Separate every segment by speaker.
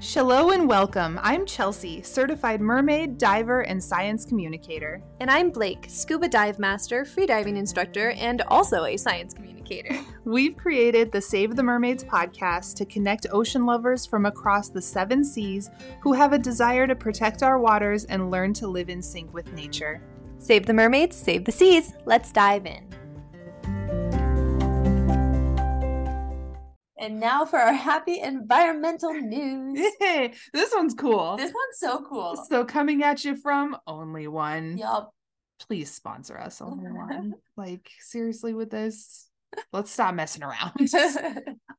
Speaker 1: Shalom and welcome. I'm Chelsea, certified mermaid, diver, and science communicator.
Speaker 2: And I'm Blake, scuba dive master, freediving instructor, and also a science communicator.
Speaker 1: We've created the Save the Mermaids podcast to connect ocean lovers from across the seven seas who have a desire to protect our waters and learn to live in sync with nature.
Speaker 2: Save the mermaids, save the seas. Let's dive in. And now for our happy environmental news.
Speaker 1: Yay, this one's cool.
Speaker 2: this one's so cool.
Speaker 1: so, coming at you from Only One.
Speaker 2: Y'all,
Speaker 1: Please sponsor us, Only One. like, seriously, with this, let's stop messing around.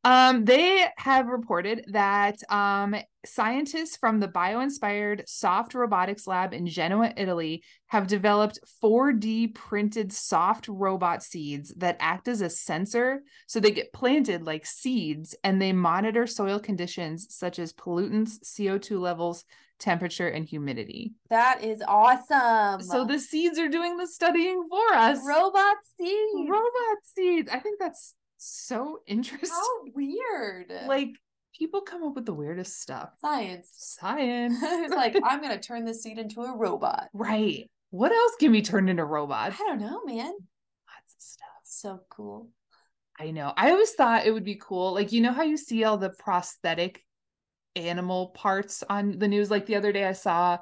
Speaker 1: Um, they have reported that um, scientists from the bio-inspired Soft Robotics Lab in Genoa, Italy, have developed 4D printed soft robot seeds that act as a sensor, so they get planted like seeds, and they monitor soil conditions such as pollutants, CO2 levels, temperature, and humidity.
Speaker 2: that is awesome.
Speaker 1: So the seeds are doing the studying for us.
Speaker 2: robot seed.
Speaker 1: robot seeds. I think that's so interesting
Speaker 2: How weird.
Speaker 1: like people come up with the weirdest stuff
Speaker 2: science.
Speaker 1: science
Speaker 2: it's like I'm gonna turn this seed into a robot.
Speaker 1: right what else can be turned into
Speaker 2: I
Speaker 1: robots
Speaker 2: don't know, man.
Speaker 1: lots of stuff
Speaker 2: So cool.
Speaker 1: i know i always thought it would be cool like you know how you see all the prosthetic animal parts on the news like the other day i saw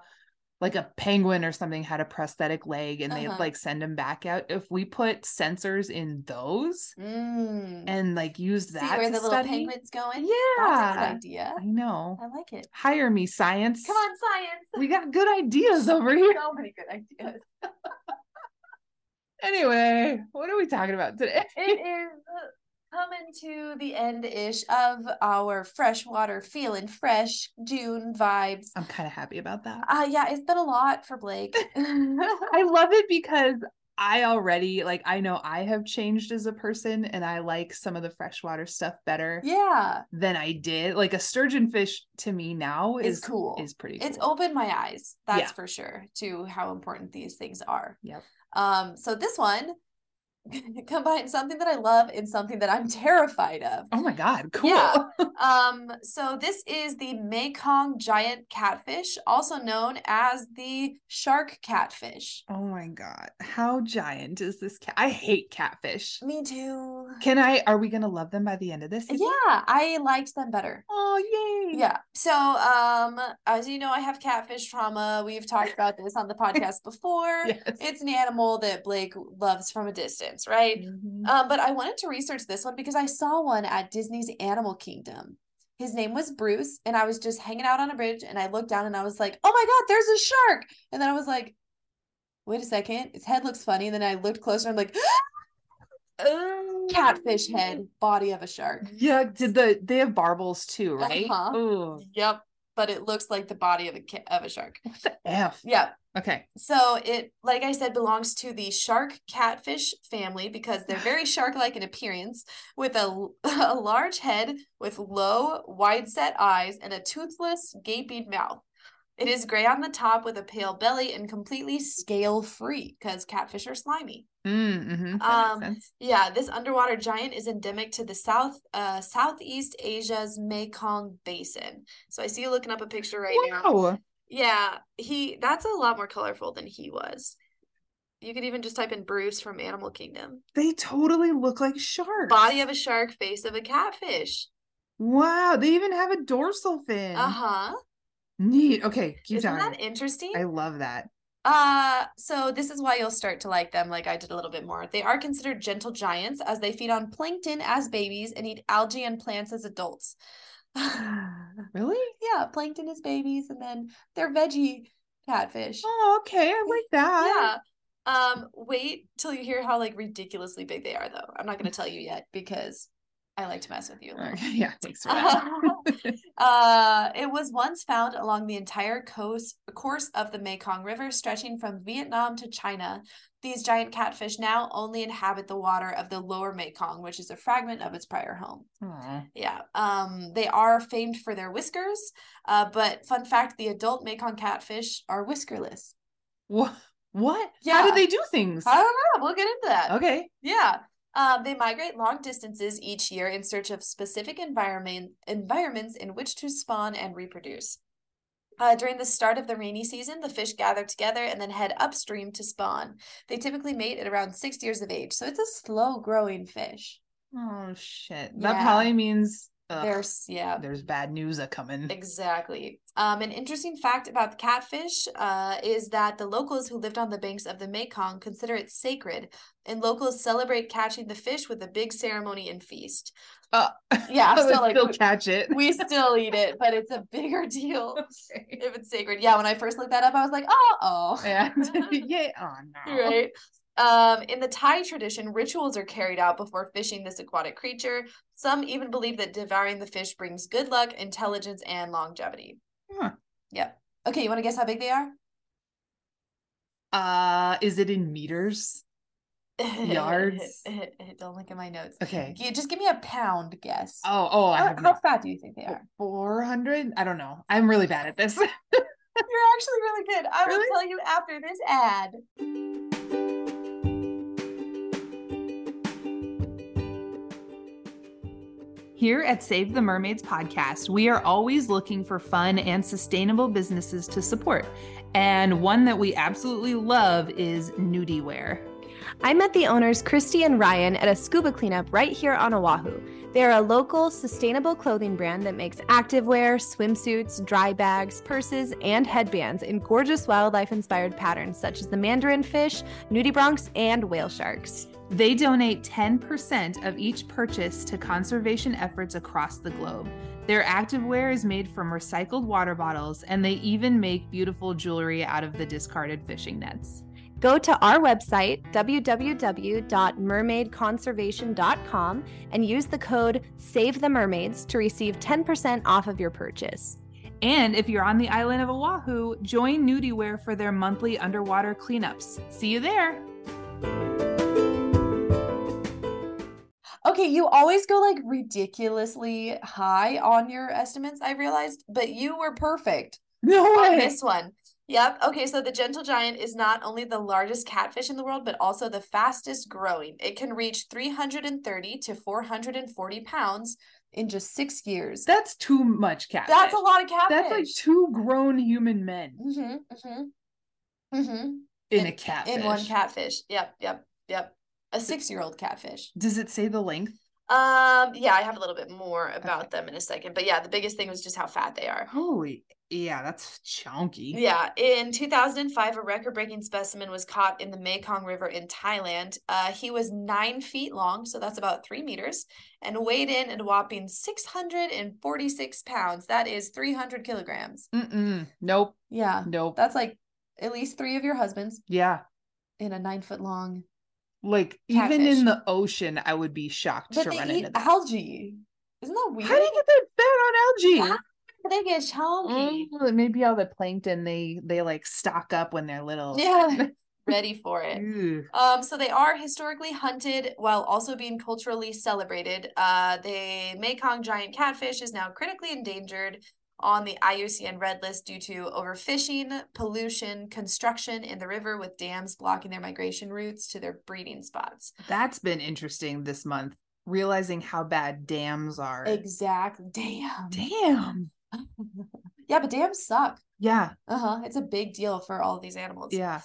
Speaker 1: like a penguin or something had a prosthetic leg and they
Speaker 2: Uh-huh.
Speaker 1: like send them back out if we put sensors in those
Speaker 2: Mm.
Speaker 1: and like use
Speaker 2: See
Speaker 1: that
Speaker 2: where
Speaker 1: to
Speaker 2: the little
Speaker 1: study-
Speaker 2: penguin's going? That's a
Speaker 1: yeah
Speaker 2: good idea.
Speaker 1: i know
Speaker 2: I like it.
Speaker 1: hire me science
Speaker 2: Come on, science.
Speaker 1: we got good ideas over here
Speaker 2: so many good ideas.
Speaker 1: Anyway, what are we talking about today?
Speaker 2: It is coming to the end ish of our freshwater feeling fresh June vibes.
Speaker 1: I'm kind of happy about that.
Speaker 2: Uh, yeah, it's been a lot for Blake.
Speaker 1: I love it because I already like I know I have changed as a person and I like some of the freshwater stuff better
Speaker 2: yeah,
Speaker 1: than I did. Like a sturgeon fish to me now
Speaker 2: it's
Speaker 1: is
Speaker 2: cool.
Speaker 1: is pretty
Speaker 2: it's
Speaker 1: cool.
Speaker 2: opened my eyes, that's
Speaker 1: Yeah.
Speaker 2: for sure, to how important these things are.
Speaker 1: Yep.
Speaker 2: Um, so this one combines something that I love and something that I'm terrified of.
Speaker 1: Oh my god, cool.
Speaker 2: Yeah. Um, so this is the Mekong giant catfish, also known as the shark catfish.
Speaker 1: Oh my god. How giant is this cat? I hate catfish.
Speaker 2: Me too.
Speaker 1: Can I are we going to love them by the end of this?
Speaker 2: Yeah, I liked them better.
Speaker 1: Oh yay.
Speaker 2: Yeah. So, um, as you know, I have catfish trauma. We've talked about this on the podcast before.
Speaker 1: Yes.
Speaker 2: It's an animal that Blake loves from a distance, right?
Speaker 1: Mhm.
Speaker 2: Um, but I wanted to research this one because I saw one at Disney's Animal Kingdom. His name was Bruce, and I was just hanging out on a bridge, and I looked down and I was like, "Oh my God, there's a shark!" And then I was like, "Wait a second, his head looks funny." And then I looked closer, and I'm like,
Speaker 1: um,
Speaker 2: "Catfish head, body of a shark."
Speaker 1: Yeah, did the they have barbels too, right?
Speaker 2: Uh-huh.
Speaker 1: Ooh,
Speaker 2: Yep, but it looks like the body of a ca- of a shark.
Speaker 1: F.
Speaker 2: Yeah.
Speaker 1: Okay.
Speaker 2: So it, like I said, belongs to the shark catfish family because they're very shark-like in appearance, with a, a large head with low, wide-set eyes and a toothless, gaping mouth. It is gray on the top with a pale belly and completely scale-free because catfish are slimy.
Speaker 1: Mm-hmm.
Speaker 2: Um, Yeah, this underwater giant is endemic to the South uh, Southeast Asia's Mekong Basin. So I see you looking up a picture right now.
Speaker 1: wow.
Speaker 2: Yeah, he that's a lot more colorful than he was. You could even just type in Bruce from Animal Kingdom.
Speaker 1: They totally look like sharks.
Speaker 2: Body of a shark, face of a catfish.
Speaker 1: Wow, they even have a dorsal fin.
Speaker 2: Uh-huh.
Speaker 1: Neat. Okay, keep
Speaker 2: Isn't
Speaker 1: talking.
Speaker 2: that interesting?
Speaker 1: I love that.
Speaker 2: Uh, so this is why you'll start to like them, like I did a little bit more. They are considered gentle giants as they feed on plankton as babies and eat algae and plants as adults.
Speaker 1: really?
Speaker 2: Yeah, plankton as babies, and then they're veggie catfish.
Speaker 1: Oh, okay. I like that.
Speaker 2: Yeah. Um, wait till you hear how like ridiculously big they are though. I'm not gonna tell you yet because I like to mess with you a little.
Speaker 1: Okay, yeah, thanks for that.
Speaker 2: uh, it was once found along the entire coast course of the Mekong River, stretching from Vietnam to China. These giant catfish now only inhabit the water of the lower Mekong, which is a fragment of its prior home.
Speaker 1: Aw.
Speaker 2: Yeah, um, they are famed for their whiskers, uh, but fun fact: the adult Mekong catfish are whiskerless.
Speaker 1: Wha- What? How
Speaker 2: Yeah.
Speaker 1: do they do things?
Speaker 2: I don't know. We'll get into that.
Speaker 1: Okay.
Speaker 2: Yeah. Um, they migrate long distances each year in search of specific environment environments in which to spawn and reproduce. Uh, during the start of the rainy season, the fish gather together and then head upstream to spawn. They typically mate at around six years of age, so it's a slow growing fish.
Speaker 1: Oh shit.
Speaker 2: Yeah.
Speaker 1: That probably means ugh, there's
Speaker 2: There's yeah,
Speaker 1: bad news a coming.
Speaker 2: Exactly. Um, an interesting fact about the catfish uh, is that the locals who lived on the banks of the Mekong consider it sacred, and locals celebrate catching the fish with a big ceremony and feast.
Speaker 1: Uh,
Speaker 2: Yeah,
Speaker 1: I would
Speaker 2: so, like,
Speaker 1: still
Speaker 2: we-
Speaker 1: catch it.
Speaker 2: We still eat it, but it's a bigger deal
Speaker 1: Okay.
Speaker 2: if it's sacred. Yeah, when I first looked that up, I was like, oh, oh.
Speaker 1: Yeah. yeah. Oh no.
Speaker 2: right? Um, in the Thai tradition, rituals are carried out before fishing this aquatic creature. Some even believe that devouring the fish brings good luck, intelligence, and longevity.
Speaker 1: Huh.
Speaker 2: Yep. Okay, you want to guess how big they are?
Speaker 1: Uh is it in meters? Yards?
Speaker 2: Don't look at my notes.
Speaker 1: Okay.
Speaker 2: Gi- Just give me a pound guess.
Speaker 1: Oh, oh, I
Speaker 2: Uh, how,
Speaker 1: have
Speaker 2: how fat do you think they are?
Speaker 1: four hundred. I don't know. I'm really bad at this.
Speaker 2: You're actually really good. I
Speaker 1: Really?
Speaker 2: will tell you after this ad.
Speaker 1: Here at Save the Mermaids podcast, we are always looking for fun and sustainable businesses to support. And one that we absolutely love is nudie wear.
Speaker 3: I met the owners Christy and Ryan at a scuba cleanup right here on Oahu. They are a local, sustainable clothing brand that makes activewear, swimsuits, dry bags, purses, and headbands in gorgeous wildlife inspired patterns such as the mandarin fish, nudibranchs, and whale sharks.
Speaker 1: They donate 10% of each purchase to conservation efforts across the globe. Their activewear is made from recycled water bottles, and they even make beautiful jewelry out of the discarded fishing nets.
Speaker 3: Go to our website, www.mermaidconservation.com, and use the code SAVETheMermaids to receive 10% off of your purchase.
Speaker 1: And if you're on the island of Oahu, join Nudie Wear for their monthly underwater cleanups. See you there.
Speaker 2: Okay, you always go like ridiculously high on your estimates, I realized, but you were perfect.
Speaker 1: No
Speaker 2: on this one. Yep. Okay. So the gentle giant is not only the largest catfish in the world, but also the fastest growing. It can reach 330 to 440 pounds in just six years.
Speaker 1: That's too much catfish.
Speaker 2: That's a lot of catfish.
Speaker 1: That's like two grown human men
Speaker 2: hmm hmm hmm
Speaker 1: in,
Speaker 2: In-
Speaker 1: a catfish.
Speaker 2: In one catfish. Yep. Yep. Yep. A six-year-old catfish.
Speaker 1: Does it say the length?
Speaker 2: Um. Yeah, I have a little bit more about them in a second, but yeah, the biggest thing was just how fat they are.
Speaker 1: Holy, yeah, that's chunky.
Speaker 2: Yeah, in 2005, a record-breaking specimen was caught in the Mekong River in Thailand. Uh, he was nine feet long, so that's about three meters, and weighed in at a whopping 646 pounds. That is 300 kilograms.
Speaker 1: Mm-mm. Nope.
Speaker 2: Yeah,
Speaker 1: Nope.
Speaker 2: that's like at least three of your husbands
Speaker 1: Yeah.
Speaker 2: in a nine-foot-long.
Speaker 1: Like even
Speaker 2: Catfish.
Speaker 1: in the ocean, I would be shocked
Speaker 2: But
Speaker 1: to
Speaker 2: they
Speaker 1: run
Speaker 2: eat
Speaker 1: into that.
Speaker 2: algae. Isn't that weird?
Speaker 1: How do you get that fat on algae?
Speaker 2: How they get chunky?
Speaker 1: Mm, maybe all the plankton they they like stock up when they're little.
Speaker 2: Yeah, Mm. ready for it.
Speaker 1: Ew.
Speaker 2: Um, so they are historically hunted while also being culturally celebrated. Uh, the Mekong giant catfish is now critically endangered on the IUCN red list due to overfishing, pollution, construction in the river with dams blocking their migration routes to their breeding spots.
Speaker 1: That's been interesting this month, realizing how bad dams are.
Speaker 2: Exactly. Damn.
Speaker 1: Damn.
Speaker 2: Yeah, but dams suck.
Speaker 1: Yeah.
Speaker 2: Uh-huh. It's a big deal for all of these animals.
Speaker 1: Yeah.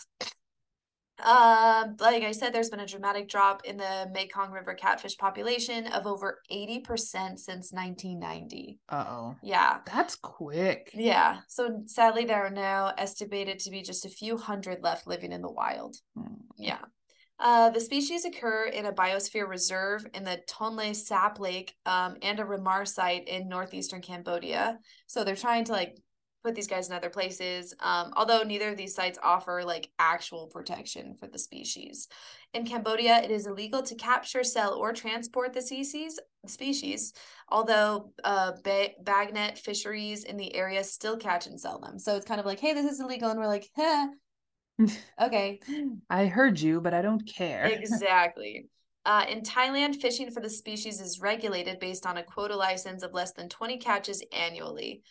Speaker 2: Um, like I said, there's been a dramatic drop in the Mekong River catfish population of over 80% since 1990.
Speaker 1: Uh oh.
Speaker 2: Yeah.
Speaker 1: That's quick.
Speaker 2: Yeah. So sadly, there are now estimated to be just a few hundred left living in the wild.
Speaker 1: Mm.
Speaker 2: Yeah. Uh, the species occur in a biosphere reserve in the Tonle Sap Lake um, and a Ramar site in northeastern Cambodia. So they're trying to like put these guys in other places. Um, although neither of these sites offer like actual protection for the species. In Cambodia, it is illegal to capture, sell, or transport the species. Species, although uh, ba- bagnet fisheries in the area still catch and sell them. So it's kind of like, hey, this is illegal, and we're like, huh, okay,
Speaker 1: I heard you, but I don't care.
Speaker 2: Exactly. Uh, in Thailand, fishing for the species is regulated based on a quota license of less than 20 catches annually.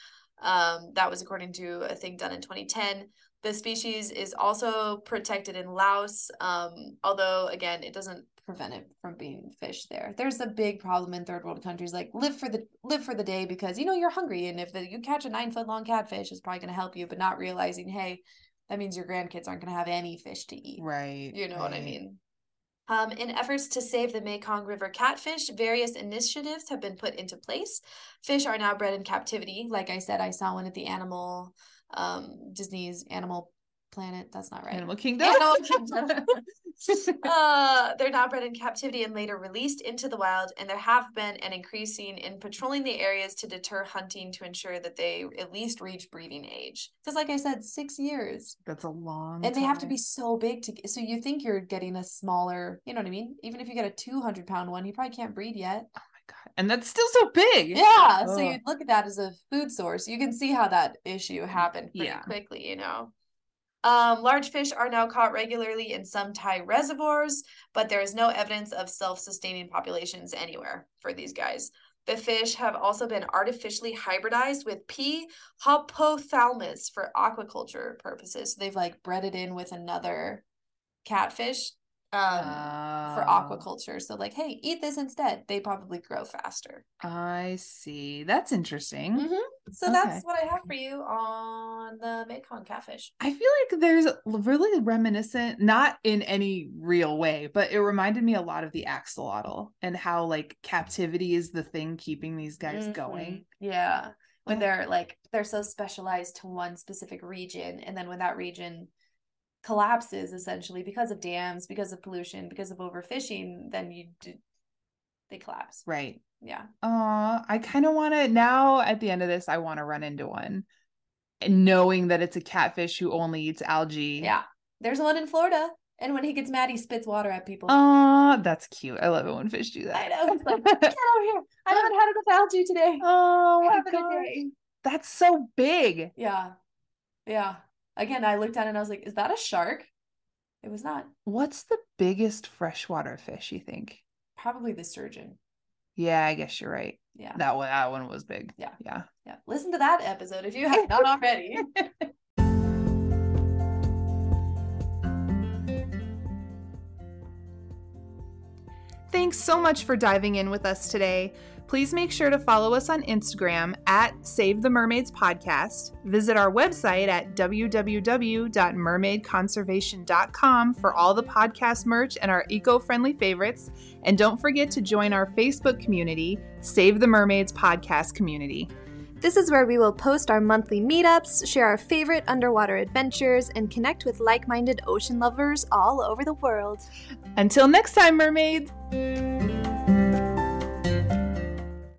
Speaker 2: Um, that was according to a thing done in 2010. The species is also protected in Laos, um, although again, it doesn't prevent it from being fished there. There's a big problem in third world countries, like live for the live for the day because you know you're hungry, and if the, you catch a nine foot long catfish, it's probably going to help you, but not realizing, hey, that means your grandkids aren't going to have any fish to eat.
Speaker 1: Right.
Speaker 2: You know what I
Speaker 1: right.
Speaker 2: mean? Um, in efforts to save the Mekong River catfish, various initiatives have been put into place. Fish are now bred in captivity. Like I said, I saw one at the animal, um, Disney's Animal Planet. That's not right.
Speaker 1: Animal Kingdom.
Speaker 2: Animal Kingdom. uh, they're now bred in captivity and later released into the wild, and there have been an increasing in patrolling the areas to deter hunting to ensure that they at least reach breeding age. Because, like I said, six years
Speaker 1: That's a long.
Speaker 2: and they have to
Speaker 1: time.
Speaker 2: be so big to so you think you're getting a smaller you know what i mean even if you get a 200 pound one you probably can't breed yet
Speaker 1: Oh my god! And that's still so big.
Speaker 2: yeah so
Speaker 1: Ugh.
Speaker 2: you look at that as a food source you can see how that issue happened pretty
Speaker 1: Yeah.
Speaker 2: quickly you know um, large fish are now caught regularly in some thai reservoirs but there is no evidence of self-sustaining populations anywhere for these guys the fish have also been artificially hybridized with p hypothalamus for aquaculture purposes so they've like bred it in with another catfish um, for
Speaker 1: Oh,
Speaker 2: aquaculture so like hey eat this instead they probably grow faster
Speaker 1: I see. That's interesting.
Speaker 2: Mm-hmm. so
Speaker 1: Okay.
Speaker 2: that's what I have for you on the Mekong catfish.
Speaker 1: I feel like there's l- really reminiscent, not in any real way, but it reminded me a lot of the axolotl and how like captivity is the thing keeping these guys going.
Speaker 2: Mm-hmm. Yeah. When
Speaker 1: Oh.
Speaker 2: they're like they're so specialized to one specific region and then when that region collapses essentially because of dams, because of pollution, because of overfishing, then you do, they collapse.
Speaker 1: Right.
Speaker 2: Yeah.
Speaker 1: Aw, I kind of want to now at the end of this, I want to run into one. And knowing that it's a catfish who only eats algae.
Speaker 2: Yeah. There's one in Florida and when he gets mad he spits water at people.
Speaker 1: Oh. Aw, that's cute. I love it when fish do
Speaker 2: I
Speaker 1: that.
Speaker 2: know. It's like, Get over here. I haven't had enough algae today.
Speaker 1: oh my
Speaker 2: Have a good
Speaker 1: gosh.
Speaker 2: day.
Speaker 1: That's so big.
Speaker 2: Yeah. Yeah. Again, I looked at it and I was like, is that a shark? It was not.
Speaker 1: What's the biggest freshwater fish you think?
Speaker 2: Probably the sturgeon.
Speaker 1: Yeah, I guess you're right.
Speaker 2: Yeah.
Speaker 1: That one, that one was big.
Speaker 2: Yeah.
Speaker 1: Yeah.
Speaker 2: Yeah. Listen to that episode if you have not already.
Speaker 1: Thanks so much for diving in with us today. Please make sure to follow us on Instagram at Save the Mermaids Podcast. Visit our website at www.mermaidconservation.com for all the podcast merch and our eco friendly favorites. And don't forget to join our Facebook community, Save the Mermaids Podcast Community.
Speaker 3: This is where we will post our monthly meetups, share our favorite underwater adventures, and connect with like minded ocean lovers all over the world.
Speaker 1: Until next time, mermaids!
Speaker 3: Bye.